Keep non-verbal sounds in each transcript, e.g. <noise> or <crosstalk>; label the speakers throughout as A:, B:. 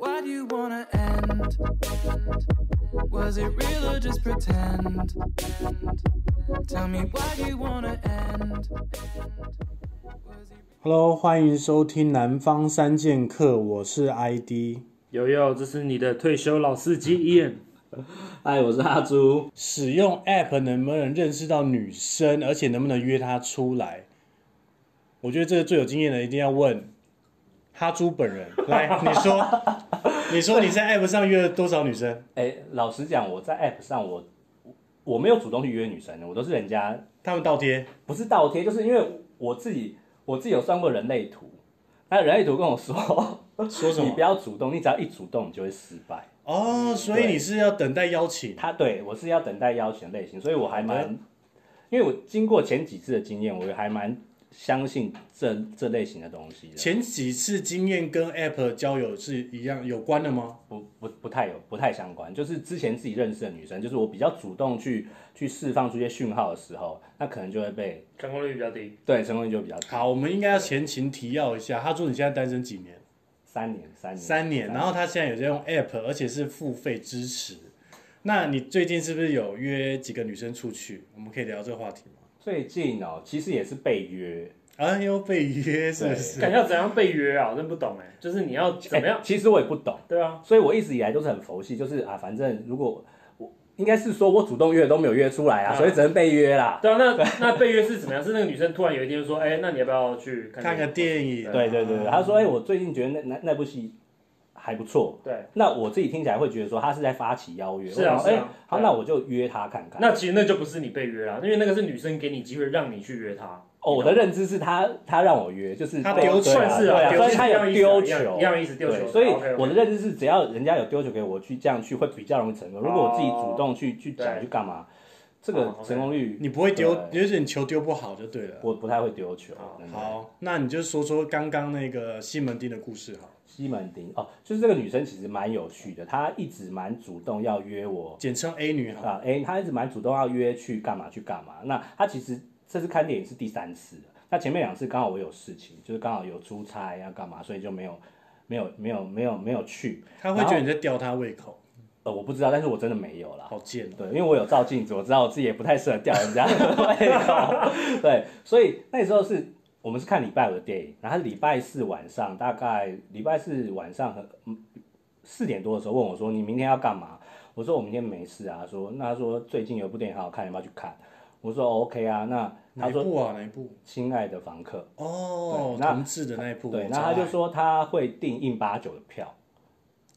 A: how'd you wanna end? Was it real or just pretend? Tell me why do you wanna end? Was it
B: Hello，欢迎收听《南方三剑客》，我是 ID。
C: 友友，这是你的退休老司机 Ian。
D: <laughs> 嗨，我是阿朱。
B: 使用 App 能不能认识到女生，而且能不能约她出来？我觉得这个最有经验的一定要问哈猪本
D: <laughs>
B: 人。来，你说，你说你在 App 上约了多少女生？
D: 哎、老实讲，我在 App 上我我没有主动去约女生的，我都是人家
B: 他们倒贴，
D: 不是倒贴，就是因为我自己我自己有算过人类图，那人类图跟我说，
B: 说什
D: 你
B: 么
D: 不？要主动，你只要一主动，你就会失败。
B: 哦，所以你是要等待邀请。
D: 他对我是要等待邀请类型，所以我
B: 嗯
D: 还蛮，因为我经过前几次的经验，我还蛮相信这这类型的东西的。
B: 前几次经验跟 App 交友是一样有关的吗？
D: 不不不太有不太相关，就是之前自己认识的女生，就是我比较主动去去释放出一些讯号的时候，那可能就会被
C: 成功率比较低，
D: 对成功率就比较低。
B: 好，我们应该要前情提要一下。他说你现在单身几年？
D: 三年三年
B: 三年，然后他现在有在用 App，而且是付费支持。那你最近是不是有约几个女生出去？我们可以聊这个话题吗？
D: 最近哦，其实也是被约，
B: 啊，又被约是不是？
C: 感觉要怎样被约啊？我真不懂哎，就是你要怎么
D: 哎 <laughs>
C: 样？
D: 其实我也不懂，
C: 对啊，
D: 所以我一直以来都是很佛系，就是啊，反正如果我应该是说我主动约都没有约出来啊，
C: 啊
D: 所以只能被约啦。
C: 对啊，
D: <laughs>
C: 那那被约是怎么样？是那个女生突然有一天就说，哎，那你要不要去
B: 看个电影，
D: 对对对对，他说哎、我最近觉得那那那部戏还不错，
C: 对，
D: 那我自己听起来会觉得说他是在发起邀约，
C: 是啊
D: 我想说
C: 是啊
D: 哎好，
C: 对啊
D: 那我就约他看看。
C: 那其实那就不是你被约啊，因为那个是女生给你机会让你去约她。
D: 哦，我的认知是他他让我约，就是
B: 他
D: 对
B: 丢
D: 对啊
C: 算是
D: 对
C: 啊，
D: 啊，
C: 丢
D: 所以
C: 球
D: 他
C: 一样
D: 有
C: 意思啊
D: 丢
C: 一样
D: 球
C: 一，样意思丢球。啊
D: 对，所以
C: OK，OK
D: 我的认知是，只要人家有丢球给我去这样去，会比较容易成功。如果我自己主动去去讲
C: 对
D: 去干嘛，这
C: 哦
D: 个
C: ，OK
D: 成功率
B: 你不会丢，
D: 对
B: 就是你球丢不好就对了。
D: 我不太会丢球。真的
B: 好，那你就说说刚刚那个西门町的故事好，
D: 西门町哦，就是这个女生其实蛮有趣的，她一直蛮主动要约我
B: 简称 A 女好。
D: 啊，哎、她一直蛮主动要约去干嘛去干嘛。那她其实这次看电影是第三次了，那前面两次刚好我有事情，就是刚好有出差要干嘛，所以就没有没有没有没有没有去。
B: 他会觉得你在吊他胃口，
D: 呃，我不知道，但是我真的没有啦。
B: 好贱哦。
D: 对，因为我有照镜子，我知道我自己也不太适合吊人家的胃口。 <laughs> 对，所以那时候是我们是看礼拜五的电影，然后礼拜四晚上大概礼拜四晚上很嗯四点多的时候问我说：“你明天要干嘛？”我说：“我明天没事啊。”说那他说最近有部电影很好看，要不要去看？我说、哦 OK 啊。那
B: 哪
D: 他
B: 一
D: 说
B: 部啊？哪一部？
D: 《亲爱的房客
B: 哦，
D: 对那
B: 同志的那一》部。
D: 对，
B: 我
D: 然
B: 超
D: 后他就
B: 爱
D: 说他会订印八九的票。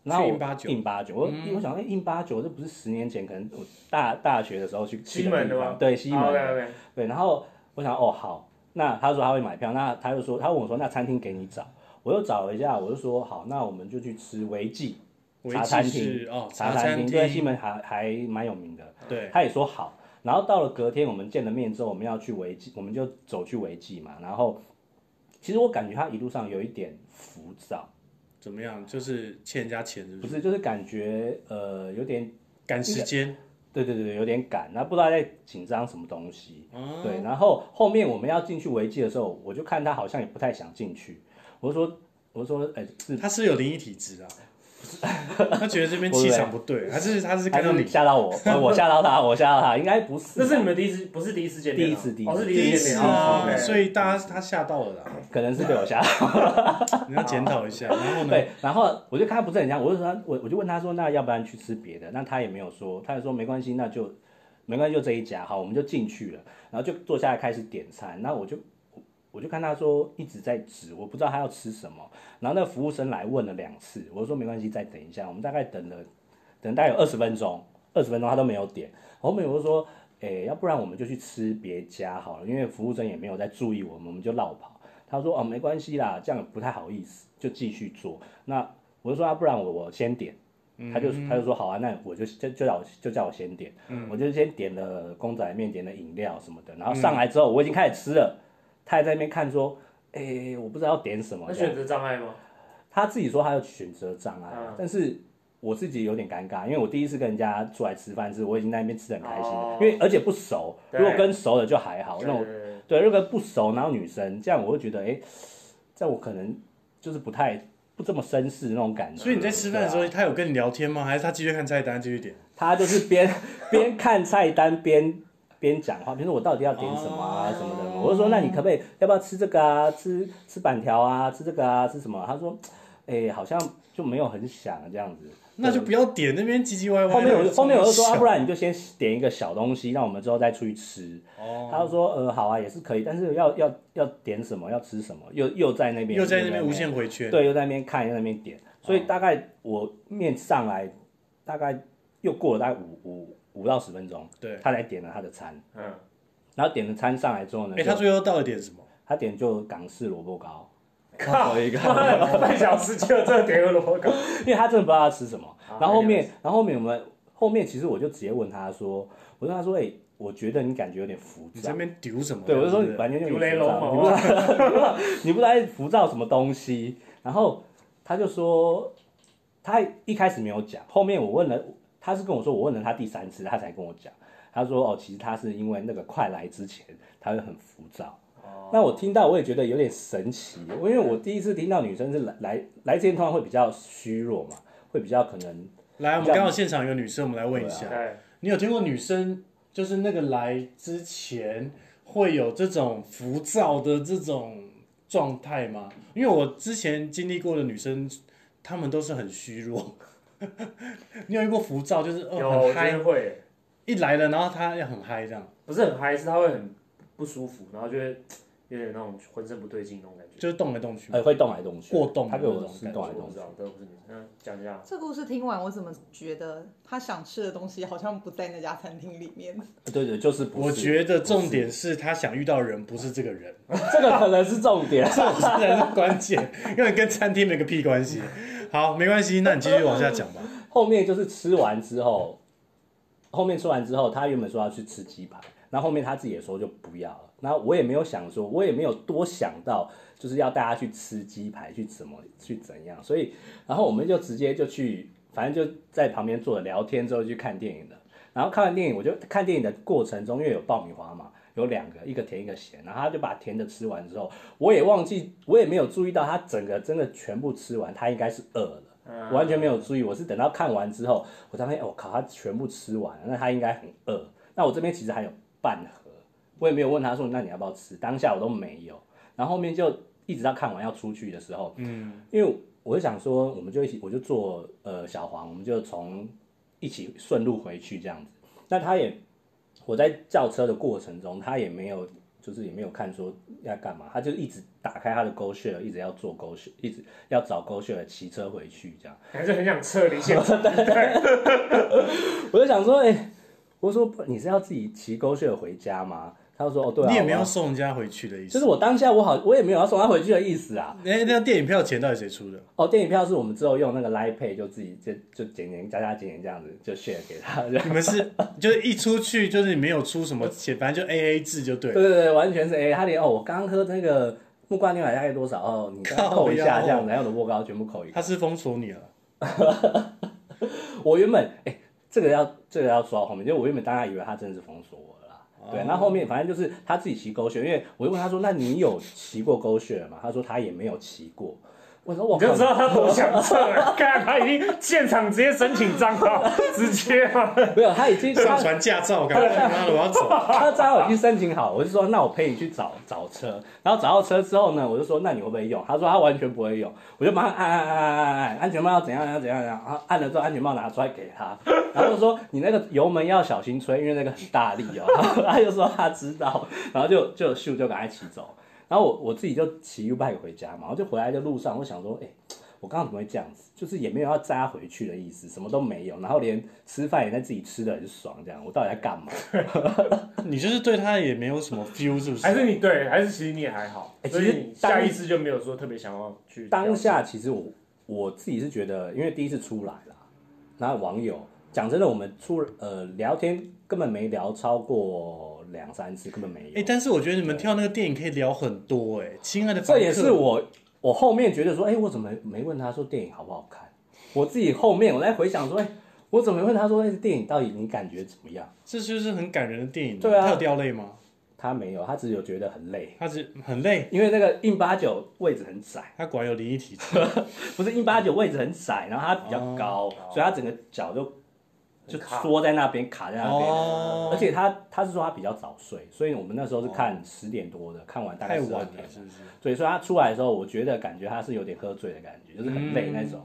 D: 然后我
B: 去189
D: 印八九，我我想，哎，印八九这不是十年前，可能我大大学的时候去去
C: 西门的
D: 地方
C: 吗？哦啊
D: 对，西门的。啊
C: OK OK，
D: 对，然后我想哦好，那他说他会买票，那他就说他问我说那餐厅给你找，我又找了一下，我就说好，那我们就去吃维记
B: 维
D: 茶
B: 基
D: 餐
B: 是
D: 厅
B: 哦，
D: 茶
B: 餐
D: 厅，对，西门还还蛮有名的，
B: 对，
D: 他也说好。然后到了隔天，我们见了面之后，我们要去维记，我们就走去维记嘛。然后，其实我感觉他一路上有一点浮躁，
B: 怎么样？就是欠人家钱是不
D: 不
B: 是？
D: 是，就是感觉呃有点，
B: 赶时间，
D: 对对对，有点赶，那不知道在紧张什么东西。
B: 哦
D: 对，然后后面我们要进去维基的时候，我就看他好像也不太想进去，我就说，我就说，哎、是
B: 他是有灵异体质啊，他觉得这边气场不对，还是他是看
D: 还
B: 到
D: 是
B: 你
D: 吓到我，呃我吓到他，我吓到他，应该不是，
C: 那是你们第一次，不是第一次见面啊，
D: 第一次第一次哦
C: 哦是第
B: 第一
C: 次见
B: 次
C: 面
B: 啊，
C: ，OK
B: 所以大家他吓到了啦，
D: 可能是被我吓到。
B: 你要检讨一下。然后呢，
D: 对，然后我就看他不是很像，我就说他，我我就问他说，那要不然去吃别的？那他也没有说，他就说没关系，那就没关系，就这一家，好，我们就进去了，然后就坐下来开始点餐，那我就。我就看他说一直在指，我不知道他要吃什么。然后那个服务生来问了两次，我说没关系，再等一下。我们大概等了，等大概有二十分钟，二十分钟他都没有点。后面我就说，诶、要不然我们就去吃别家好了，因为服务生也没有在注意我们，我们就绕跑。他说哦，没关系啦，这样也不太好意思，就继续做。那我就说，啊、不然我我先点。
C: 嗯
D: 他就他就说好啊，那我就就就叫我就叫我先点，
C: 嗯
D: 我就先点了公仔面，点了饮料什么的，然后上来之后我已经开始吃了，他还在那边看说，诶、我不知道要点什么
C: 那
D: 这样。
C: 选择障碍吗？
D: 他自己说他有选择障碍啊
C: 嗯，
D: 但是我自己有点尴尬，因为我第一次跟人家出来吃饭是，我已经在那边吃的很开心了，
C: 哦
D: 因为而且不熟，
C: 对
D: 如果跟熟的就还好，哦
C: 对
D: 那种
C: 对对
D: 对，如果不熟，然后女生这样，我会觉得，哎、这样我可能就是不太不这么绅士那种感觉。
B: 所以你在吃饭的时
D: 对
B: 候，
D: 啊
B: 他有跟你聊天吗？还是他继续看菜单继续点？
D: 他就是边 <laughs> 边看菜单边边讲话，比如说我到底要点什么啊、
B: 哦
D: 什么的，我就说那你可不可以要不要吃这个啊，吃吃板条啊，吃这个啊，吃什么？他说，哎、好像就没有很想这样子。
B: 那就不要点那边唧唧歪歪的。
D: 啊后面我就后面我就说，
B: 这么
D: 啊、
B: 小
D: 不然你就先点一个小东西，让我们之后再出去吃。他
B: 哦，
D: 就说，呃，好啊，也是可以，但是要要要点什么，要吃什么，又又在那边
B: 又在那边无限回圈。
D: 对，又在那边看，又在那边点，所以大概我面上来，大概又过了大概五五五到十分钟，
B: 对
D: 他才点了他的餐，
C: 嗯，
D: 然后点了餐上来之后呢，
B: 哎，他
D: 就
B: 最后到底点什么？
D: 他点就港式萝卜糕，
C: 靠，
D: 一个
C: 妈 <laughs> 半小时就这点个萝卜
D: <laughs>
C: 糕，
D: 因为他真的不知道他吃什么，
C: 啊
D: 然后后面
C: 了，
D: 然后后面我们后面其实我就直接问他说，我跟他说，哎、我觉得你感觉有点浮
B: 你在
D: 躁
B: 那。边丢什么？
D: 啊对，我就说
B: 对
D: 你
B: 不对
D: 完全就
C: 如雷龙
D: 你
C: 某
B: 哦
D: 不知道，你不知道 <laughs> 在浮躁什么东西。然后他就说，他一开始没有讲，后面我问了，他是跟我说，我问了他第三次，他才跟我讲。他说哦，其实他是因为那个快来之前，他会很浮躁。
B: 哦
D: 那我听到我也觉得有点神奇，因为我第一次听到女生是来来来之前通常会比较虚弱嘛，会比较可能
B: 来，我们刚好现场有个女生，我们来问一
D: 啊
B: 下，
C: 对，
B: 你有听过女生就是那个来之前会有这种浮躁的这种状态吗？因为我之前经历过的女生，她们都是很虚弱。你有遇过浮躁，就是
C: 有
B: 哦
C: 我
B: 很
C: 觉
B: 嗨，
C: 得会，
B: 一来了，然后她要很嗨这样，
C: 不是很嗨，是他会很不舒服，然后就会有点那种浑身不对劲那种感觉。
B: 就是动来动去。
D: 呃会动来动去，
B: 过动
D: 他
B: 的
D: 给
B: 那
D: 我
B: 种
D: 是
B: 感
D: 动来
C: 我
D: 动
C: 不
D: 去
C: 知。道，都不是你，嗯，讲一下。
E: 这故事听完，我怎么觉得他想吃的东西好像不在那家餐厅里面？
D: 对对，就是不是
B: 我觉得重
D: 不
B: 点是她想遇到的人不是这个人，
D: 是这个可能是重点。
B: 这才是关键，因为跟餐厅没个屁关系。好，没关系，那你继续往下讲吧。
D: 后面就是吃完之后，后面吃完之后，他原本说要去吃鸡排，然后后面他自己也说就不要了。然后我也没有想说，我也没有多想到，就是要带他去吃鸡排，去怎么去怎样。所以，然后我们就直接就去，反正就在旁边坐着聊天之后去看电影的。然后看完电影，我就看电影的过程中，因为有爆米花嘛，有两个，一个甜一个咸，然后他就把甜的吃完之后，我也忘记，我也没有注意到他整个真的全部吃完，他应该是饿了。
C: 嗯
D: 我完全没有注意，我是等到看完之后，我才发现，哦我、靠，他全部吃完了，那他应该很饿。那我这边其实还有半盒，我也没有问他说，那你要不要吃？当下我都没有，然后后面就一直到看完要出去的时候，嗯，因为我就想说，我们就一起，我就坐呃小黄，我们就从一起顺路回去这样子。那他也，我在叫车的过程中，他也没有。就是也没有看说要干嘛，他就一直打开他的 Go Share，一直要做 Go Share，一直要找 Go Share 骑车回去这样。
C: 还是很想撤离现
D: <laughs>
C: 场。
D: 我就想说，哎、我说不你是要自己骑狗血回家吗？他就说，哦，对啊，
B: 你也没有
D: 我要
B: 送人家回去的意思。
D: 就是我当下我好，我也没有要送他回去的意思啊。
B: 哎、那电影票钱到底谁出的？
D: 哦，电影票是我们之后用那个 Line Pay 就自己就就减减加加减减这样子就 share 给他，这样
B: 你们是就是一出去就是你没有出什么钱，反正就 A A 制就对
D: 对
B: 了。
D: 对对，完全是哎、他连哦，我刚刚喝那个木瓜牛奶大概多少哦，你再扣一
B: 靠
D: 下
B: 腰哦
D: 这样子，然后我的卧高全部扣一个
B: 他。是封锁你了，
D: 我原本哎、这个要这个要说到后面，就我原本当然以为他真的是封锁我了啦。对，那后面反正就是他自己骑狗血，因为我就问他说：“那你有骑过狗血吗？”他说他也没有骑过。我说：“我
C: 你就知
D: 靠，
C: 道他多想撤了，看他已经现场直接申请账号， <laughs> 直接啊，
D: 没有， <laughs> 他已经
B: 上
D: 他
B: 传驾照，赶快妈的我要走。
D: 他账号已经申请好，我就说那我陪你去找找车，然后找到车之后呢，我就说那你会不会用？他说他完全不会用，我就马上按按按按按按，安全帽要怎样要怎样怎样，然后按了之后安全帽拿出来给他，然后就说 <laughs> 你那个油门要小心吹，因为那个很大力哦。他就说他知道，然后就就咻就赶快骑走，然后我我自己就骑 U bike 回家嘛，然后就回来的路哎上我想说，哎、我刚刚怎么会这样子？就是也没有要扎回去的意思，什么都没有，然后连吃饭也在自己吃的很爽，这样我到底在干嘛？
B: 你就是对他也没有什么 feel，是不是？
C: 还是你对，还是其实你也还好，
D: 哎
C: 所
D: 其
C: 以
D: 实
C: 你
D: 当
C: 下意识就没有说特别想要去
D: 当下其实我我自己是觉得，因为第一次出来啦，然后网友讲真的，我们出呃聊天根本没聊超过两三次，根本没有。
B: 哎、但是我觉得你们跳那个电影可以聊很多哎、亲爱的，
D: 这也是。我我后面觉得说，哎、我怎么没问他说电影好不好看？我自己后面我在回想说，哎、我怎么没问他说，哎、电影到底你感觉怎么样？
B: 这就是很感人的电影、
D: 对啊
B: 他有掉泪吗？
D: 他没有，他只有觉得很累，
B: 他是很累，
D: 因为那个硬八九位置很窄，
B: 他果然有灵异体质。
D: 不是硬八九位置很窄，然后他比较高，
B: 哦
D: 所以他整个脚就就缩在那边，卡在那边。
B: 哦
D: 而且他他是说他比较早睡，所以我们那时候是看十点多的，看完大概
B: 太
D: 十二
B: 晚
D: 点
B: 了，。是不是？
D: 对，所以他出来的时候，我觉得感觉他是有点喝醉的感觉，就是很累那种，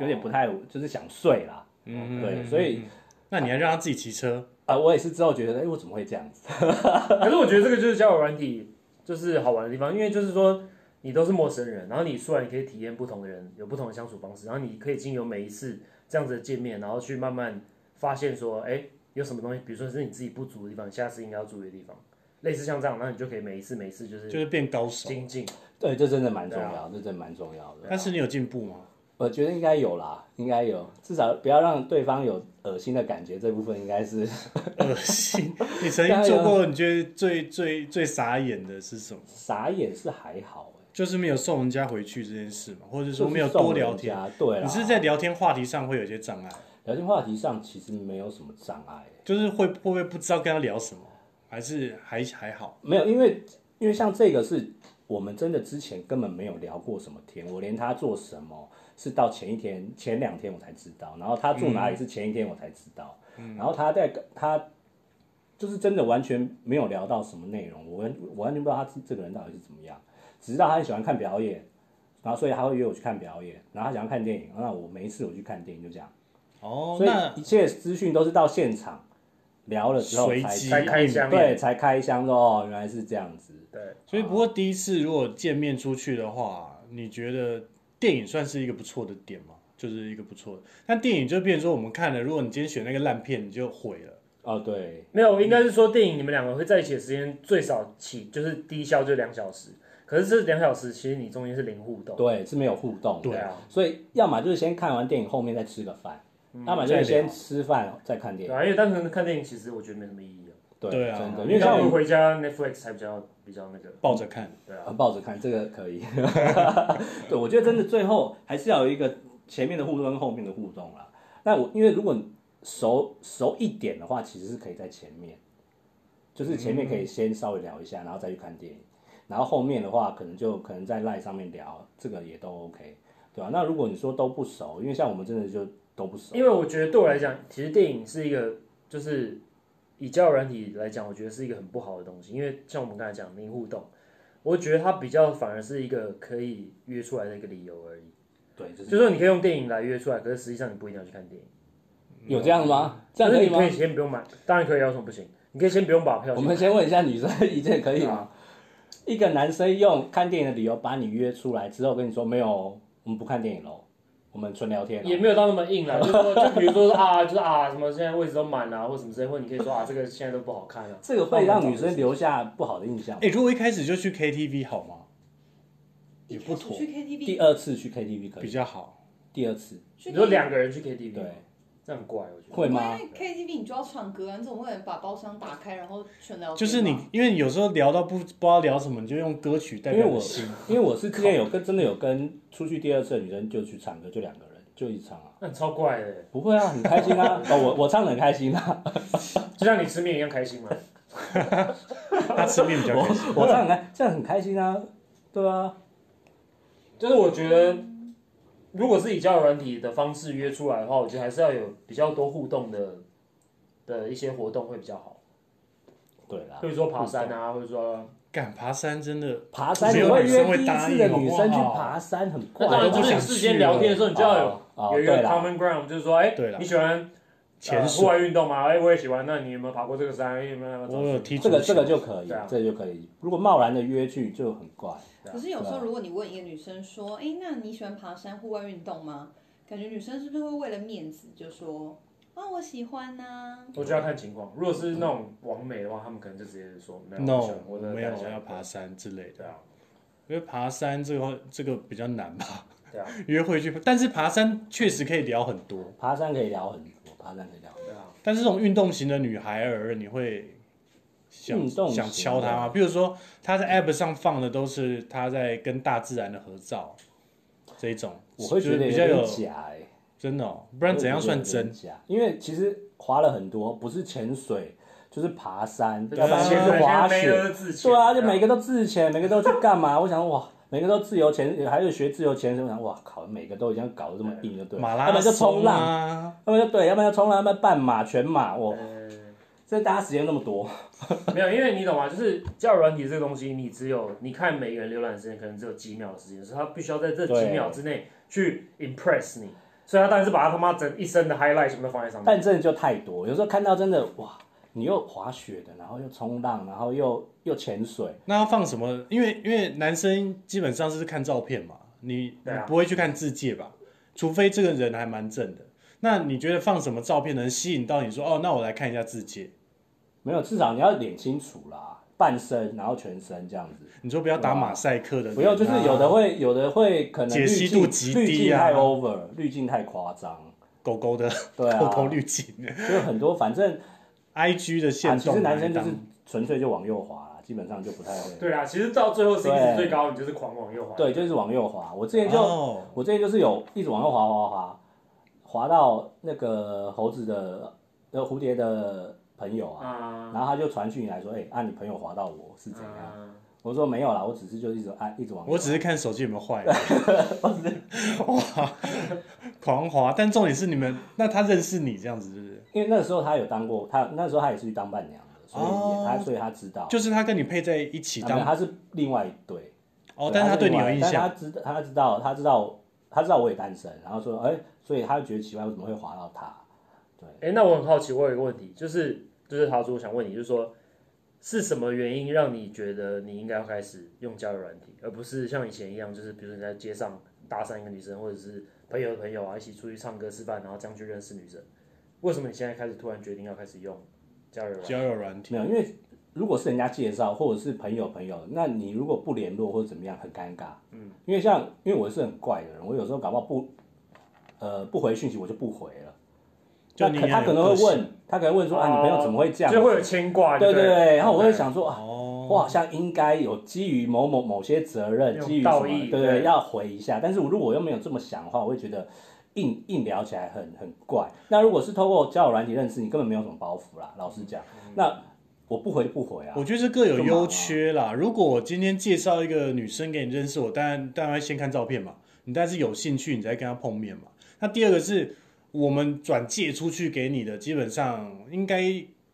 D: 有点不太就是想睡啦。
B: 嗯
D: 对，所以
B: 那你还让他自己骑车？
D: 啊、我也是之后觉得，哎，我怎么会这样子？
C: <laughs> 可是我觉得这个就是交友软体就是好玩的地方，因为就是说你都是陌生人，然后你出来你可以体验不同的人，有不同的相处方式，然后你可以经由每一次这样子的见面，然后去慢慢发现说，哎、有什么东西，比如说是你自己不足的地方，下次应该要注意的地方，类似像这样，那你就可以每一次每一次就是
B: 就是变高手。
C: 精进。
D: 对，啊这真的蛮重
C: 对啊
D: 要，这真的蛮重要的。
B: 但是你有进步吗？
D: 我觉得应该有啦，应该有，至少不要让对方有恶心的感觉，这部分应该是
B: 恶心！
D: <laughs>
B: 你曾经做过你觉得最最最傻眼的是什么？
D: 傻眼是还好、欸，
B: 就是没有送人家回去这件事嘛，或者
D: 就
B: 说没有多聊天。
D: 是送人家，对啦，啊
B: 你是在聊天话题上会有一些障碍，
D: 聊天话题上其实没有什么障碍、欸
B: 就是会会不会不知道跟他聊什么，还是还还好？
D: 没有，因为因为像这个是我们真的之前根本没有聊过什么天，我连他做什么是到前一天、前两天我才知道，然后他住哪里是前一天我才知道，
B: 嗯
D: 然后他在他就是真的完全没有聊到什么内容，我完我完全不知道他这个人到底是怎么样，只知道他很喜欢看表演。然后，所以他会约我去看表演，然后他喜欢看电影，那我每一次我去看电影就这样，
B: 哦，
D: 所
B: 那
D: 以一切资讯都是到现场聊了之后
B: 随
D: 才
B: 机
C: 才开箱
D: 对才开箱说哦，原来是这样子，
C: 对，
B: 所以不过第一次如果见面出去的话，你觉得电影算是一个不错的点吗？就是一个不错的。但电影就变成说我们看了，如果你今天选那个烂片，你就毁了。
D: 哦，对，
C: 没有，应该是说电影你们两个会在一起的时间最少起就是低消就两小时，可是这两小时其实你中间是零互动。
D: 对，是没有互动的。
C: 对啊，
D: 所以要么就是先看完电影，后面再吃个饭；要么就
B: 再
D: 是
B: 聊
D: 先吃饭再看电
C: 对
D: 影。
C: 啊，因为单纯看电影其实我觉得没什么意义啊。
D: 对，
B: 对啊
D: 真的，
B: 对
D: 因为像
C: 我
D: 我
C: 们回家 Netflix 才比较比较那个，
B: 抱着看，
C: 对啊
D: 啊，抱着看这个可以。 <laughs> 对，我觉得真的最后还是要有一个前面的互动跟后面的互动啦。那我因为如果熟熟一点的话，其实是可以在前面，就是前面可以
C: 嗯
D: 先稍微聊一下，然后再去看电影。然后后面的话，可能就可能在 line 上面聊，这个也都 OK，对啊吧、那如果你说都不熟，因为像我们真的就都不熟，
C: 因为我觉得对我来讲，其实电影是一个就是以交友软体来讲，我觉得是一个很不好的东西，因为像我们刚才讲零互动，我觉得它比较反而是一个可以约出来的一个理由而已。
D: 对，就是
C: 就是说你可以用电影来约出来，可是实际上你不一定要去看电影。
D: 有这样吗？这样
C: 就
D: 可
C: 是
D: 以
C: 你
D: 吗
C: 可？以先不用买，当然可以啊，有什么不行？你可以先不用把票啊
D: 我
C: 钱
D: 们先问一下女生的意见，可以吗？一个男生用看电影的理由把你约出来之后，跟你说没有哦，我们不看电影喽，我们纯聊天
C: 也
D: 哦。
C: 没有到那么硬啦，就是说，就比如说啊，就是啊，什么现在位置都满了、或什么之类，或你可以说啊，这个现在都不好看了、
D: 这个会让女生留下不好的印象。
B: 哎、如果一开始就去 KTV 好吗？也不妥
E: 去
D: 第
E: KTV，
D: 二次去 KTV 可
B: 比
D: 以，
B: 较好。
D: 第二次
E: 去
C: 你说两个人去 KTV，
D: 对，
C: 这很怪，我觉得。
D: 会吗？
E: 因为 KTV 你就要唱歌啊，你总不能把包厢打开然后全聊天吧。
B: 就是你，因为你有时候聊到不不知道聊什么，你就用歌曲代
D: 因为
B: 表
D: 我
B: 你心。
D: 因为我是之前有跟真的有跟出去第二次的女生就去唱歌，就两个人就一起唱啊。
C: 那你超怪的，
D: 不会啊，很开心啊！哦，我我唱的很开心啊，
C: 就像你吃面一样开心嘛。
D: <laughs>
B: 他吃面比较开心。
D: 我我唱的这样很开心啊，对啊，
C: 就是我觉得，如果是以交友软体的方式约出来的话，我觉得还是要有比较多互动的的一些活动会比较好，
D: 对啦
C: 比。如说爬山啊，或者说
B: 敢爬山真的
D: 爬山，
B: 没
D: 你
B: 有
D: 会
B: 女
D: 约
B: 生
D: 第
B: 会
D: 一
B: 答
D: 次
B: 应
D: 的女生去
B: 好不好
D: 爬山很快
C: 那当
D: 的
C: 然
D: 吧，
C: 就是你事先聊天的时候，你就要有
D: 哦
C: 有一
D: 对
C: 个
D: 啦
C: common ground，就是说，哎、
B: 对啦
C: 你喜欢
B: 潜
C: 呃
B: 水
C: 户外运动吗？哎、我也喜欢。那你有没有爬过这个山？哎你有没有？
B: 我有踢
D: 呃这
B: 足
D: 个
B: 球，
D: 这个就可以
C: 对啊，
D: 这个就可以。如果贸然的约去就很怪，
E: 可是有时候，如果你问一个女生说：“哎、那你喜欢爬山、户外运动吗？”感觉女生是不是会为了面子就说：“啊，我喜欢呐、
C: 我就要看情况。如果是那种完美的话，他们可能就直接说
B: no，
C: no，我的
B: 没有
C: 胆小
B: 要爬山之类的
C: 对。啊，
B: 因为爬山这个这个比较难吧，
C: 对啊，
B: <laughs> 约会去，但是爬山确实可以聊很多。
D: 爬山可以聊很多，爬山可以聊很多。
C: 对啊。
B: 但是这种运动型的女孩儿，你会想
D: 运动型的嗯
B: 想敲她吗？比如说她在 App 上放的都是她在跟大自然的合照，这一种，
D: 我会觉
B: 就是
D: 得有
B: 比较
D: 点
B: 有
D: 假哎、
B: 真的、哦，不然怎样算
D: 我会觉得有
B: 真？
D: 点假？因为其实滑了很多，不是潜水就是爬山，
C: 对
D: 要
C: 啊
D: 不然就是滑
C: 现在没
D: 雪
C: 有，自潜
D: 对啊，就每个都自潜，每个都去干嘛？ <laughs> 我想哇，每个都自由潜，还有学自由潜水，我想哇靠，每个都已经搞得这么硬就对了，
B: 马
D: 要
B: 拉
D: 不然就冲
B: 松
D: 浪，
B: 啊，
D: 要不然就对，要不然就冲浪，要不然半马、全马，哇，
C: 呃
D: 这大家时间那么多，
C: 没有，因为你懂吗？就是交友软体这个东西，你只有你看每个人浏览时间可能只有几秒的时间，所以他必须要在这几
D: 对
C: 秒之内去 impress 你，所以他当然是把他他妈整一生的 highlight 全部都放在
B: 嗯
C: 上面。
D: 但真的就太多，有时候看到真的哇，你又滑雪的，然后又冲浪，然后又又潜水，
B: 那要放什么？因为因为男生基本上是看照片嘛，你
C: 对啊
B: 你不会去看字界吧？除非这个人还蛮正的。那你觉得放什么照片能吸引到你说哦？那我来看一下字界。
D: 没有，至少你要脸清楚啦，半身然后全身这样子。
B: 你说不要打马赛克的人啊、
D: 不要，就是有的会，有的会可能
B: 解
D: 滤
B: 析
D: 镜
B: 度极
D: 滤
B: 低
D: 镜
B: 啊
D: 太 over，滤镜太夸张，
B: 狗狗的
D: 对啊，
B: 狗狗滤镜
D: 就是很多，反正
B: ，IG 的
D: 啊，
B: 线
D: 其
B: 动、
D: 实男生就是纯粹就往右滑啦，基本上就不太会，
C: 对啊，其实到最后 CP 值
D: 对
C: 最高，你就是狂往右滑。
D: 对，就是往右滑。我之前就、
B: 哦，
D: 我之前就是有一直往右滑滑滑，滑到那个猴子的呃蝴蝶的朋友啊，
C: 啊，
D: 然后他就传讯来说，哎、啊你朋友滑到我是怎样？
C: 啊
D: 我说没有啦，我只是就一直按、一直往右滑，
B: 我只是看手机有没有
D: <laughs>
B: 坏。哇，狂滑！但重点是你们，那他认识你这样子，是不是？
D: 因为那个时候他有当过，他那时候他也是去当伴娘的，所以也、
B: 哦
D: 他所以他知道。
B: 就是他跟你配在一起
D: 啊没有
B: 当
D: 他是另外一对。
B: 哦，但是他对你有印
D: 但他
B: 象，
D: 知道他知道他知道他知道我也单身，然后说哎、所以他就觉得奇怪，我怎么会滑到他？对，
C: 哎、那我很好奇，我有一个问题，就是就是桃子，我想问你，就是说是什么原因让你觉得你应该要开始用交友软体，而不是像以前一样，就是比如说你在街上搭讪一个女生，或者是朋友的朋友啊，一起出去唱歌吃饭，然后这样去认识女生？为什么你现在开始突然决定要开始用交友软体？
B: 交友软体
D: 没有，因为如果是人家介绍或者是朋友朋友，那你如果不联络或者怎么样，很尴尬。嗯，因为像因为我是很怪的人，我有时候搞不好不呃不回讯息我就不回了。
B: 就
D: 那
B: 你
D: 可
B: 也
D: 他
B: 有
D: 可能会
B: 个性
D: 问，他可能问说啊，你朋友怎么会这样？
C: 哦就会有牵挂，
D: 对
C: 对
D: 对
C: 了
D: 对，然后我会，想说啊，
B: 哦，
D: 我好像应该有基于某某某些责任，
C: 那种
D: 基于什
C: 道
D: 么，
C: 义
D: 对
C: 对
D: 对，要回一下。但是我如果我又没有这么想的话，我会觉得硬硬聊起来很很怪。那如果是透过交友软体认识，你根本没有什么包袱啦。老实讲，那我不回就不回啊
B: 我。觉得是各有优缺啦。如果我今天介绍一个女生给你认识，我当然当然会先看照片嘛，你但是有兴趣，你再跟她碰面嘛。那第二个是我们转借出去给你的，基本上应该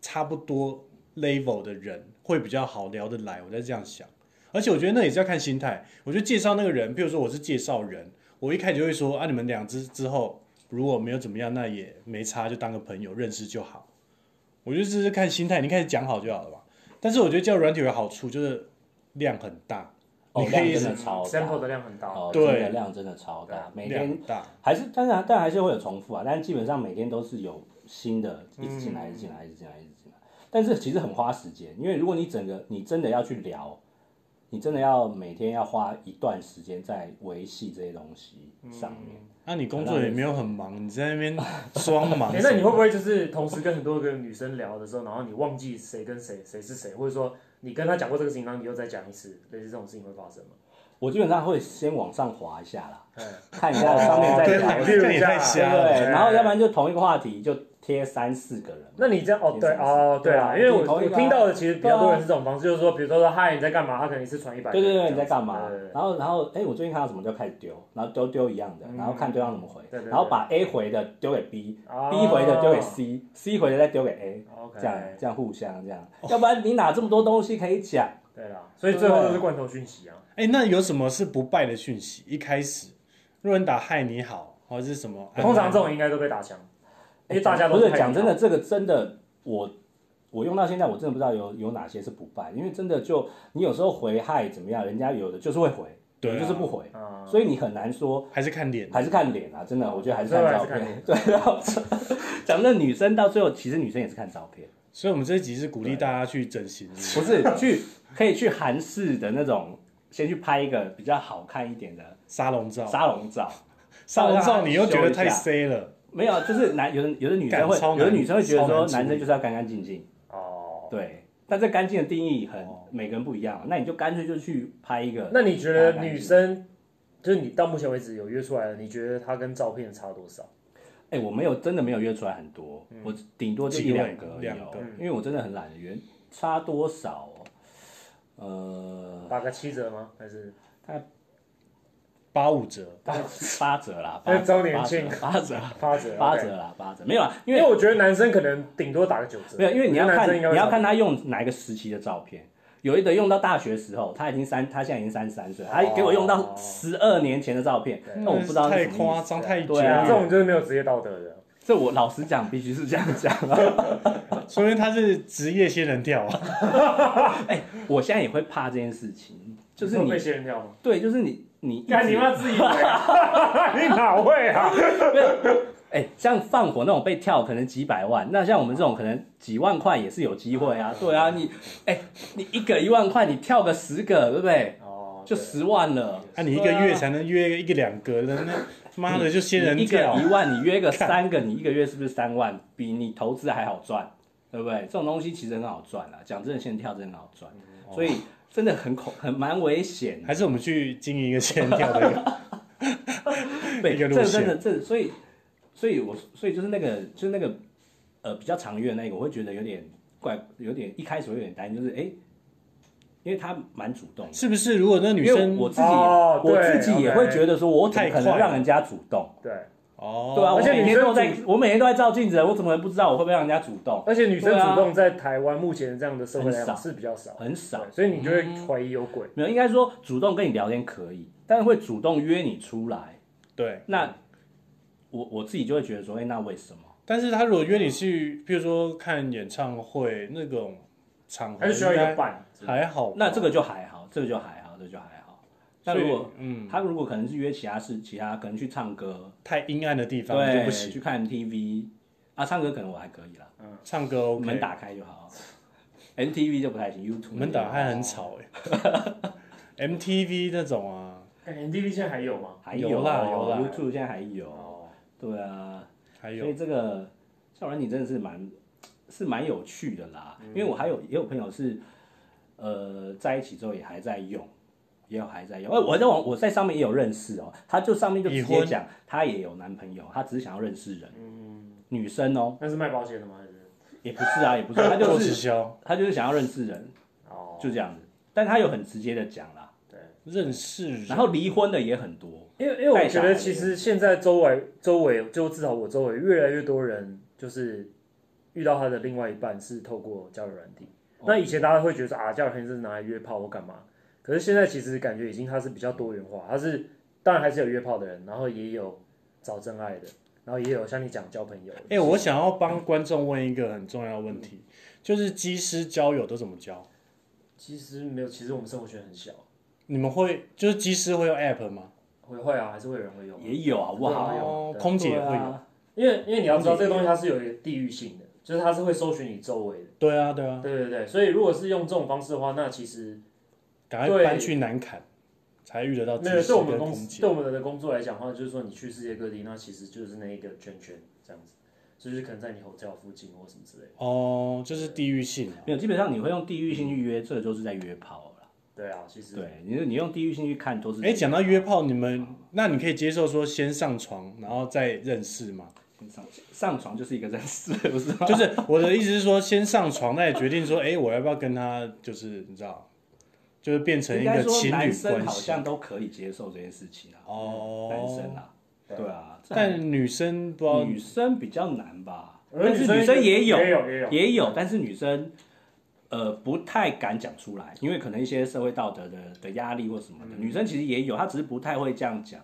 B: 差不多 level 的人会比较好聊得来，我在这样想。而且我觉得那也是要看心态。我觉得介绍那个人，譬如说我是介绍人，我一开始就会说啊，你们两之之后如果没有怎么样，那也没差，就当个朋友认识就好。我觉得这是看心态，你开始讲好就好了吧。但是我觉得交友软体有好处就是量很大，
D: 哦
B: 你可以
D: 量真的超大
C: sample 的量很大，
D: 哦，
B: 对
D: 真的量真的超
C: 对啊
D: 大，每
B: 量
D: 天
B: 很大。
D: 还是当然，但还是会有重复啊。但基本上每天都是有新的，
C: 嗯
D: 一直进来，一直进来，一直进来，一直进来。但是其实很花时间，因为如果你整个你真的要去聊，你真的要每天要花一段时间在维系这些东西上面。
C: 嗯
B: 那、你工作也没有很忙，你在那边双忙
D: 啊
C: 哎、
B: 什么的、
C: 那你会不会就是同时跟很多个女生聊的时候，然后你忘记谁跟谁谁是谁，或者说你跟她讲过这个事情，然后你又再讲一次，类似这种事情会发生吗？
D: 我基本上会先往上滑一下啦，
C: 嗯，
D: 看一下上面在
B: 对
D: 聊
C: 哦
D: 什么，
B: 这
D: 对啊
B: 样也太
D: 不
B: 瞎了。
D: 对？然后要不然就同一个话题就贴三四个人。
C: 那你这样哦，对
D: 也是
C: 哦，对啊，因为我
D: 你同
C: 我
D: 意吧
C: 听到的其实比较多人是这种方式，就是说，比如说说嗨你在干嘛，他可能一次传一百，
D: 对对对，你在干嘛
C: 对对？对
D: 然后然后，哎，我最近看到什么就开始丢，然后都丢一样的，然后看对方怎么回
C: 嗯对对，对
D: 然后把 A 回的丢给 B，B
C: 哦
D: 回的丢给 C，C 回的再丢给 A，
C: OK，哦
D: 这样这样互相这样，要不然你哪这么多东西可以讲？
C: 对啦，所以最后都是罐头讯息啊，
B: 哎、那有什么是不败的讯息？一开始，如果你打“嗨你好”或者是什么，
C: 通常这种应该都被打枪，因为大家都
D: 哎不是
C: 太
D: 讲真
C: 忙
D: 的，这个真的我。我用到现在，我真的不知道有有哪些是不败，因为真的就你有时候回嗨怎么样，人家有的就是会回，有
B: 对啊
D: 的就是不回，
C: 啊，
D: 所以你很难说
B: 还是看脸，
D: 还是看脸啊，真的，我觉得还是看
C: 对
D: 照
C: 还是看
D: 片。 <laughs> 对，然后讲真的女生到最后，其实女生也是看照片，
B: 所以我们这一集是鼓励大家去整形。
D: 不是去可以去韩式的那种，先去拍一个比较好看一点的
B: 沙龙照，
D: 沙龙照。
B: 沙龙照你又觉得太
D: 修一下
B: C 了，
D: 没有，啊就是男有的有的女生
B: 干
D: 会
B: 超
D: 有
B: 难
D: 的女生会觉得
B: 超
D: 说
B: 难处理
D: 男生就是要干干净净，
C: 哦，
D: 对。但这干净的定义很
B: 哦
D: 每个人不一样啊嘛，那你就干脆就去拍一个。
C: 那你觉得女生，就是你到目前为止有约出来的，你觉得她跟照片差多少？
D: 哎、我没有真的没有约出来很多，我顶多就
B: 几
D: 一
B: 位
D: 两个而已、
B: 两
D: 哦
B: 个，
D: 因为我真的很懒得约，差多少、
C: <laughs>
D: 哦？
C: 打个七折吗？还是
B: 八五折，
D: 呃，八折啦，
C: 在
D: 八
C: 招年庆
D: 八折啦，
C: 八折？
D: 八
C: OK
D: 折啦，八折没有啦，因
C: 因
D: 为
C: 为我觉得男生可能顶多打个九折，
D: 没有，因为你要
C: 我觉得
D: 看
C: 男生应该会
D: 你要
C: 打
D: 看他用哪一个时期的照片。有一的用到大学时候，他已经三，他现在已经三十三岁，他给我用
C: 哦
D: 到十二年前的照片，那我不知道那
B: 太
D: 是什么
B: 夸
D: 意思。
B: 张，太久
D: 对啊
C: 这种就是没有职业道德的。
D: 这我老实讲，必须是这样讲。啊
B: 说明他是职业仙人跳啊。
D: <laughs> 我现在也会怕这件事情，就是
C: 会
D: 你
C: 被仙人跳吗？
D: 对，就是你你一直
C: 干你妈自己
D: <laughs>
C: 以为啊， <laughs> 你哪会啊？
D: 哎、像放火那种被跳可能几百万，那像我们这种可能几万块也是有机会
C: 哦
D: 啊。对啊，你哎、你一个一万块，你跳个十个，对不对？
C: 哦，
D: 就十万了。
B: 那啊你一个月才能约一个两个的，那妈的就仙人
D: 啊你一个
B: 跳
D: 一。万，你约个三个，你一个月是不是三万？比你投资还好赚，对不对？这种东西其实很好赚啊。讲真的，现在跳真的很好赚，
B: 嗯哦
D: 所以真的很恐，很蛮危险的。
B: 还是我们去经营一个仙人跳的一个
D: 对，
B: 一个
D: 这
B: 路
D: 真的
B: 线
D: 这，所以，所以我所以就是那个就是那个呃比较长远那个，我会觉得有点怪，有点一开始会有点担心，就是哎、诶因为他蛮主动的，
B: 是不是？如果那女
D: 因为
B: 生
D: 我自己、
C: 哦
D: 我
C: 对
D: 自己也
C: OK
D: 会觉得说，我怎么
B: 太
D: 可
B: 快
D: 能
B: 了
D: 让人家主动？
C: 对，
B: 哦，
D: 对啊，我
C: 而且
D: 每
C: 女
D: 天
C: 生
D: 都在
C: 主，
D: 我每天都在照镜子，我怎么能不知道我会不会让人家主动？
C: 而且女生
D: 对啊
C: 主动在台湾目前这样的社会来
D: 很少
C: 讲是比较少，
D: 很少
C: 对，所以你就会怀疑有鬼。
D: 没有，应该说主动跟你聊天可以，但是会主动约你出来，
B: 对。
D: 那我我自己就会觉得说，哎、那为什么？
B: 但是他如果约你去，比如说看演唱会那种场合，
C: 还是需要一个伴，
D: 嗯
B: 应该还好。
D: 那这个就还好，这个就还好，这个就还好。那
B: 所以
D: 如果
B: 嗯
D: 他如果可能是约其他事，其他可能去唱歌，
B: 太阴暗的地方就
D: 对，
B: 不
D: 去
B: 行，
D: 看 TV 啊，唱歌可能我还可以啦，
B: 唱歌 OK，
D: 门打开就好。NTV 就不太行，YouTube
B: 门打开很吵哎、MTV 那种啊，
C: 看 MTV 现在还有吗？
D: 还
B: 有啦有啦
D: y o u t u b e 现在还有，
C: 哦，
D: 对啊，
B: 还
D: 所以
B: 有
D: 这个校园你真的是蛮是蛮有趣的啦，
C: 嗯
D: 因为我还有也有朋友是呃在一起之后也还在用。也有还在用，哎，我在网我在上面也有认识哦，他就上面就直
B: 已
D: 接
B: 婚
D: 讲，他也有男朋友，他只是想要认识人，
C: 嗯，
D: 女生哦，
C: 那是卖保险的吗？还是
D: 也不是啊，也不是，他
B: 做
D: 就
B: 直
D: 是 <laughs>
B: 销，
D: 他就是想要认识人，
C: 哦，
D: 就这样子。但他有很直接的讲啦，
C: 对。
B: 认识人，
D: 然后离婚的也很多，
C: 因为因为我
D: 带
C: 觉
D: 小
C: 得
D: 孩
C: 其
D: 的
C: 实现在周围周围就至少我周围越来越多人就是遇到他的另外一半是透过交友软体。
D: 哦
C: 那以前大家会觉得说啊，交友软体是拿来约炮或干嘛？可是现在其实感觉已经它是比较多元化，它是当然还是有约炮的人，然后也有找真爱的，然后也有像你讲交朋友的。
B: 哎、我想要帮观众问一个很重要的问题，就是机师交友都怎么交？
C: 其实没有，其实我们生活圈很小，
B: 你们会就是机师会用 app 吗？
C: 会会啊，还是会有人会用啊、
D: 也有好不
C: 会
D: 好？
C: 有
B: 哦
C: 对，
B: 空姐也会
D: 对
B: 有，
D: 啊，
C: 因为因为你要知道这个东西它是有一个地域性的，就是它是会搜寻你周围的。
B: 对啊，对啊，
C: 对对对，所以如果是用这种方式的话，那其实
B: 赶快
C: 对
B: 搬去南坎才遇得到机
C: 没有，
B: 师
C: 对我们
B: 跟
C: 公
B: 空
C: 司
B: 姐
C: 对。我们的工作来讲的话，就是说你去世界各地，那其实就是那一个圈圈这样子，就是可能在你 hotel 附近或什么之类的。
B: 哦，就是地域性啊、
D: 没有，基本上你会用地域性去约，这个就是在约炮了。
C: 对啊，其实
D: 对，你你用地域性去看都是。
B: 哎、讲到约炮，你们那你可以接受说先上床，然后再认识吗？
D: 上上床就是一个认识， <laughs> 不是吗？
B: 就是我的意思是说，先上床，再决定说，哎、我要不要跟他，就是你知道，就是变成
D: 应
B: 一
D: 该
B: 个
D: 说
B: 情
D: 男
B: 侣
D: 生
B: 关
D: 好
B: 系。啊
D: 像都可以接受这件事情啊，
B: 哦，
D: 男生啊，对啊，这
B: 但嗯女生不知道，
D: 女生比较难吧？
C: 而
D: 但
C: 且
D: 是女生也有，
C: 也有也有
D: 也有，但是女生呃不太敢讲出来，因为可能一些社会道德的的压力或什
B: 嗯
D: 么的，女生其实也有，她只是不太会这样讲，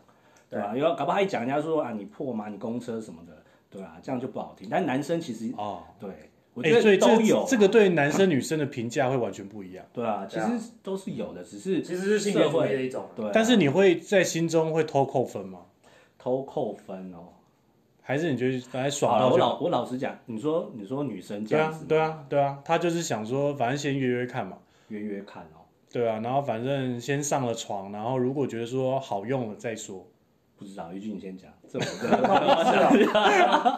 D: 对吧、因为搞不好她一讲人家说啊你破嘛，你公车什么的，对啊，这样就不好听。但男生其实
B: 哦，
D: 对，我
B: 哎、
D: 觉
B: 所
D: 得
B: 以
D: 都
B: 这
D: 有，啊
B: 这个对男生女生的评价会完全不一样。
D: 对啊，其
C: 对啊
D: 实都是有的，只是
C: 其实是性别
D: 社
C: 主义的
D: 会
C: 一种啊。
D: 对啊、
B: 但是你会在心中会偷扣分吗？
D: 偷扣分哦。
B: 还是你觉得反正爽
D: 好了，
B: 到
D: 我
B: 就
D: 老我老实讲，你说你说女生这
B: 对
D: 样子
B: 啊，，对啊，对啊，他就是想说，反正先约约看嘛。
D: 约约看哦，
B: 对啊，然后反正先上了床，然后如果觉得说好用了再说。
D: 不知道，于俊你先讲，
B: <laughs>
D: 这我真的不知道
B: 啊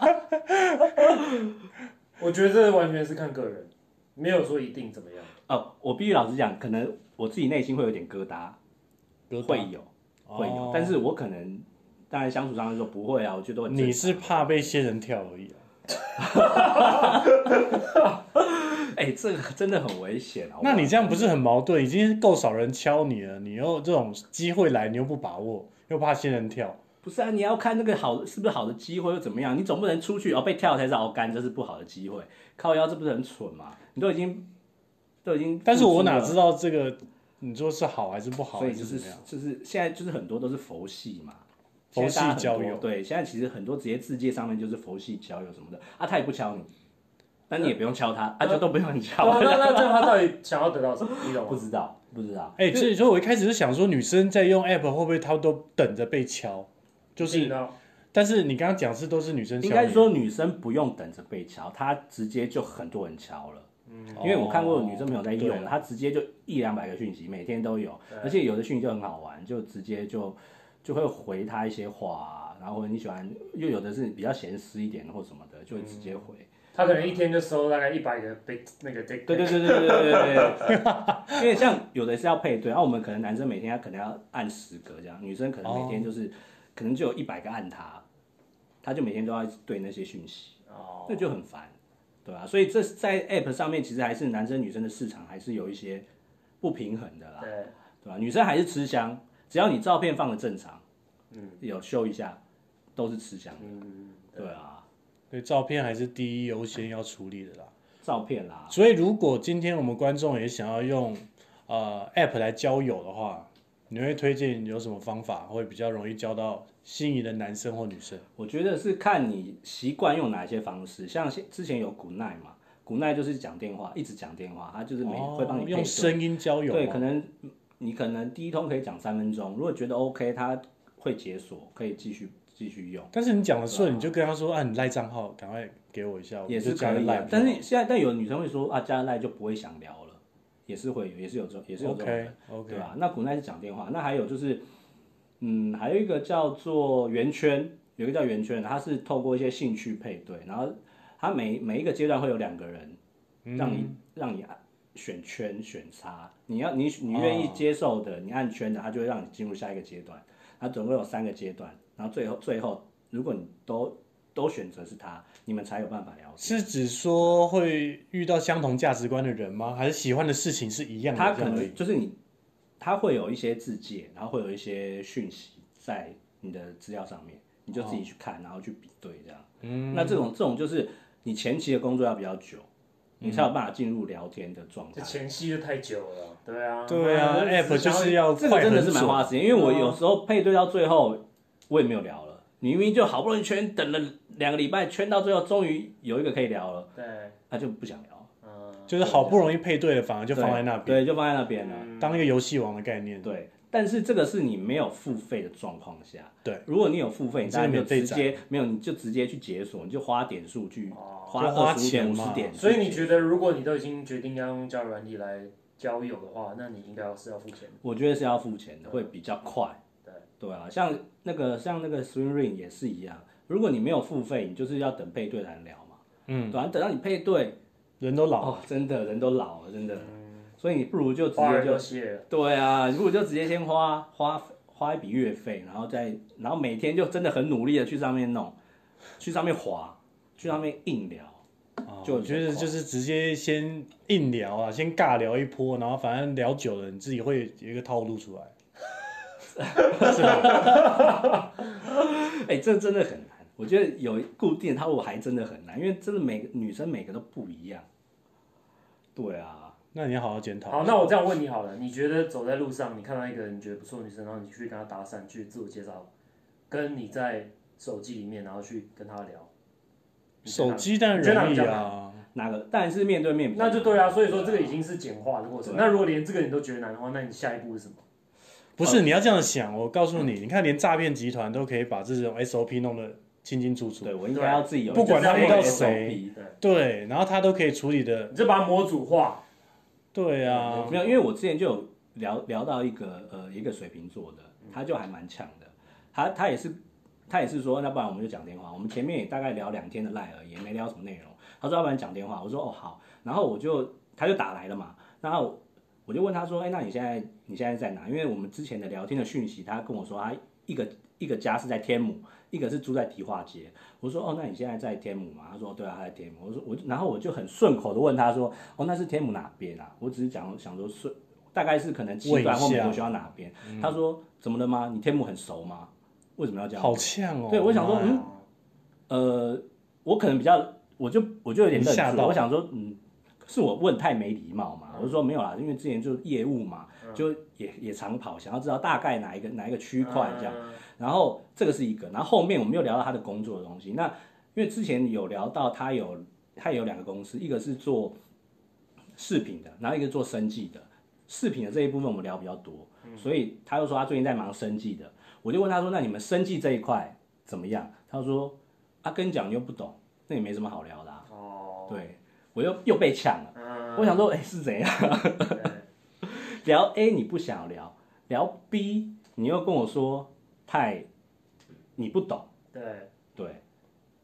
C: 我觉得这完全是看个人，没有说一定怎么样。
D: 哦，我必须老实讲，可能我自己内心会有点疙瘩，
B: 疙瘩哦
D: 会有，会有，但是我可能当然相处上来说不会啊，我觉得都很正
B: 你是
D: 常
B: 怕被仙人跳而已啊、
D: 哎、这个真的很危险啊！
B: 那你这样不是很矛盾？已经够少人敲你了，你又这种机会来，你又不把握，又怕仙人跳。
D: 不是啊？你要看那个好是不是好的机会又怎么样？你总不能出去哦被跳才是熬干，这是不好的机会。靠腰这不是很蠢吗？你都已经都已经，
B: 但是我哪知？道这个？你说是好还是不好，
D: 所
B: 还
D: 以
B: 是
D: 就
B: 怎
D: 是
B: 么样？
D: 就是现在就是很多都是佛系嘛，
B: 佛系
D: 现在大家很多
B: 交友
D: 对，现在其实很多职业字界上面就是佛系交友什么的啊，他也不敲你，但
B: 呃
D: 你也不用敲他，他就都不用你
C: 对啊
D: 敲，
C: 那那这样他到底想要得到什么？你懂
D: <laughs> 不
C: 吗？
D: 知道不知道，
B: 哎、所以说我一开始是想说，女生在用 app 会不会她都等着被敲？就
C: 你
B: 是，
C: 呢？
B: 但是你刚刚讲是都是女生敲
D: 应
B: 你，
D: 该说女生不用等着被敲，她直接就很多人敲了。因为我看过有女生朋友在
B: 对
D: 用，她直接就一两百个讯息，每天都有，而且有的讯息就很好玩，就直接就就会回她一些话啊，然后或者你喜欢，又有的是比较闲私一点或什么的，就会直接回。
C: 他可能一天就收大概一百个被那个
D: 嗯
C: dick pic
D: 对对对对对对对 <laughs> 对，因为像有的是要配对，啊然、后我们可能男生每天他可能要按十个这样，女生可能每天就是、可能就有一百个按他，他就每天都要对那些讯息，
C: 哦，
D: 那就很烦，对吧、所以这在 App 上面其实还是男生女生的市场还是有一些不平衡的啦，
C: 对，
D: 对吧、女生还是吃香，只要你照片放的正常，嗯，有修一下，都是吃香的，
C: 嗯，
D: 对啊，
B: 对照片还是第一优先要处理的啦。
D: 照片啦，
B: 所以如果今天我们观众也想要用呃 app 来交友的话，你会推荐有什么方法会比较容易交到心仪的男生或女生？
D: 我觉得是看你习惯用哪些方式，像现之前有古奈嘛，古奈就是讲电话，一直讲电话，他就是每、
B: 哦
D: 会帮你配
B: 用
D: 对
B: 声哦音交友吗，
D: 对，可能你可能第一通可以讲三分钟，如果觉得 OK，他会解锁，可以继续继续用，
B: 但是你讲的顺，你就跟他说啊，你赖账号，赶快给我一下，
D: 也
B: 我就是加
D: 可
B: 个
D: 以啊
B: 赖
D: 的
B: 不。就好。
D: 但是现在但有的女生会说啊，加赖就不会想聊了，也是会有，也是有这种，也是有这种人
B: OK OK，
D: 对吧？那古奈是讲电话，那还有就是，嗯，还有一个叫做圆圈，有一个叫圆圈，它是透过一些兴趣配对，然后它每每一个阶段会有两个人，
B: 嗯
D: 让你、让你按选圈选叉，你要你你愿意
B: 哦
D: 接受的，你按圈的，它就会让你进入下一个阶段。它总共有三个阶段，然后最后最后，如果你都都选择是他，你们才有办法聊天。
B: 是指说会遇到相同价值观的人吗？还是喜欢的事情是一样的？
D: 他
B: 这
D: 可
B: 样而已
D: 能就是你，他会有一些字界，然后会有一些讯息在你的资料上面，你就自
B: 哦
D: 己去看，然后去比对这样。嗯，那这种这种就是你前期的工作要比较久，你才有
B: 嗯
D: 办法进入聊天的状
C: 这
D: 态。
C: 前戏就太久了，对
D: 嗯
C: 啊，
B: 对啊
C: 妈的
B: ，App 就是要
D: 这个
B: 快
D: 真的
B: 很嗯
D: 是蛮
B: 准。
D: 花时间，因为我有时候配对到最后，我也没有聊了。你明明就好不容易圈等了两个礼拜，圈到最后终于有一个可以聊了，
C: 对，
D: 他就不想聊了，
C: 嗯，
B: 就是好不容易配对了，反而就放在那边，
D: 对，就放在那边了。
B: 当一个游戏王的概念。
D: 对，但是这个是你没有付费的状况下。
B: 对，
D: 如果你有付费，
B: 你
D: 你
B: 真的没
D: 当然没
B: 有
D: 有
B: 被
D: 直接没有，你就直接去解锁，你就花点数去
C: 哦
D: 花
B: 就花
D: 二十五点
B: 钱
D: 五
B: 嘛
D: 十点。
C: 所以你觉得如果你都已经决定要用交友软体来交友的话，那你应该要是要付钱的。
D: 我觉得是要付钱的，会比较快。
C: 对
D: 对啊，像那个像那个 Swing Ring 也是一样，如果你没有付费，你就是要等配对才能聊嘛。嗯，对啊，等到你配对，
B: 人都老了，
D: 哦，真的人都老了，真的，所以你不如就直
C: 嗯花
D: 接
C: 儿
D: 就
C: 就谢了，
D: 对啊，如果就直接先花花花一笔月费，然后再然后每天就真的很努力的去上面弄，去上面滑，去上面硬聊，
C: 哦
B: 啊
D: 哦就
B: 我觉得就是直接先硬聊啊，先尬聊一波，然后反正聊久了，你自己会有一个套路出来。
D: <laughs> 哎、这真的很难。我觉得有固定套路还真的很难，因为真的每个女生每个都不一样。对啊，
B: 那你要好好检讨。
C: 好，那我这样问你好了，你觉得走在路上，你看到一个你觉得不错的女生，然后你去跟她搭讪，去自我介绍，跟你在手机里面，然后去跟她聊，你觉得
B: 手
C: 哪
B: 机当然
C: 你觉得哪
B: 容
C: 个
B: 易
C: 比较
B: 啊，
D: 哪个？但是面对面比较
C: 那
D: 难，
C: 就对啊，所以说这个已经是简化的过程。
D: 对啊
C: 那如果连这个你都觉得难的话，那你下一步是什么？
B: 不是你要这样想。我告诉你，你看连诈骗集团都可以把这种 SOP 弄得清清楚楚，
D: 对我应该要自己有一
B: 不
D: 个
B: 管
D: 这样
C: 啊他
D: 的
C: 遇到
D: SOP
B: 对，然后他都可以处理的，
C: 你就把它模组化，
B: 对啊，
D: 没有，因为我之前就有聊聊到一个呃一个水瓶座的，他就还蛮强的，他他也是他也是说，要不然我们就讲电话，我们前面也大概聊两天的赖而已，也没聊什么内容。他说要不然讲电话，我说哦好，然后我就他就打来了嘛，然后我就问他说，哎、那你现在你现在在哪？因为我们之前的聊天的讯息，他跟我说他一个。一个家是在天母，一个是住在迪化街。我说哦，那你现在在天母吗？他说哦对啊，他在天母。我说我就然后我就很顺口的问他说哦，那是天母哪边啊？我只是讲想说顺，大概是可能
B: 问
D: 七
B: 一
D: 段或美
B: 下嗯
D: 国学校哪边。他说怎么了吗？你天母很熟吗？为什么要这样？
B: 好呛哦。
D: 对我想
B: 妈
D: 说
B: 呀
D: 嗯，呃，我可能比较，我就我就有点
B: 你
D: 愣
B: 吓
D: 住
B: 到嗯
D: 了，我想说，嗯，是我问太没礼貌嘛？我就说没有啦，因为之前就业务嘛，就也也常跑，想要知道大概哪一个哪一个区块这样。
C: 嗯
D: 然后这个是一个，然后后面我们又聊到他的工作的东西。那因为之前有聊到他有他有两个公司，一个是做饰品的，然后一个做生计的。饰品的这一部分我们聊比较多，所以他又说他最近在忙生计的。我就问他说：“那你们生计这一块怎么样？”他说：“啊，跟你讲你又不懂，那也没什么好聊的、啊。
C: 哦，
D: 对我又又被抢了。
C: 嗯
D: 我想说，哎、是怎样？
C: 对
D: 聊 A 你不想聊，聊 B 你又跟我说太你不懂。
C: 对，
D: 对，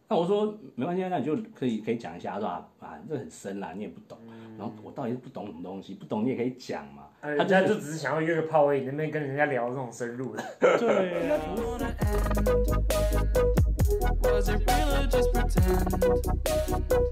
D: 那我说没关系，啊，那你就可以可以讲一下，他说啊啊，这很深啦，你也不懂。然后我到底是不懂什么东西，不懂你也可以讲嘛。
C: 哎
D: 他就
C: 人家
D: 是
C: 就只是想要约个炮而已，你那边跟人家聊这种深入的，
B: 对啊，
A: wanna end? Was it real or just pretend?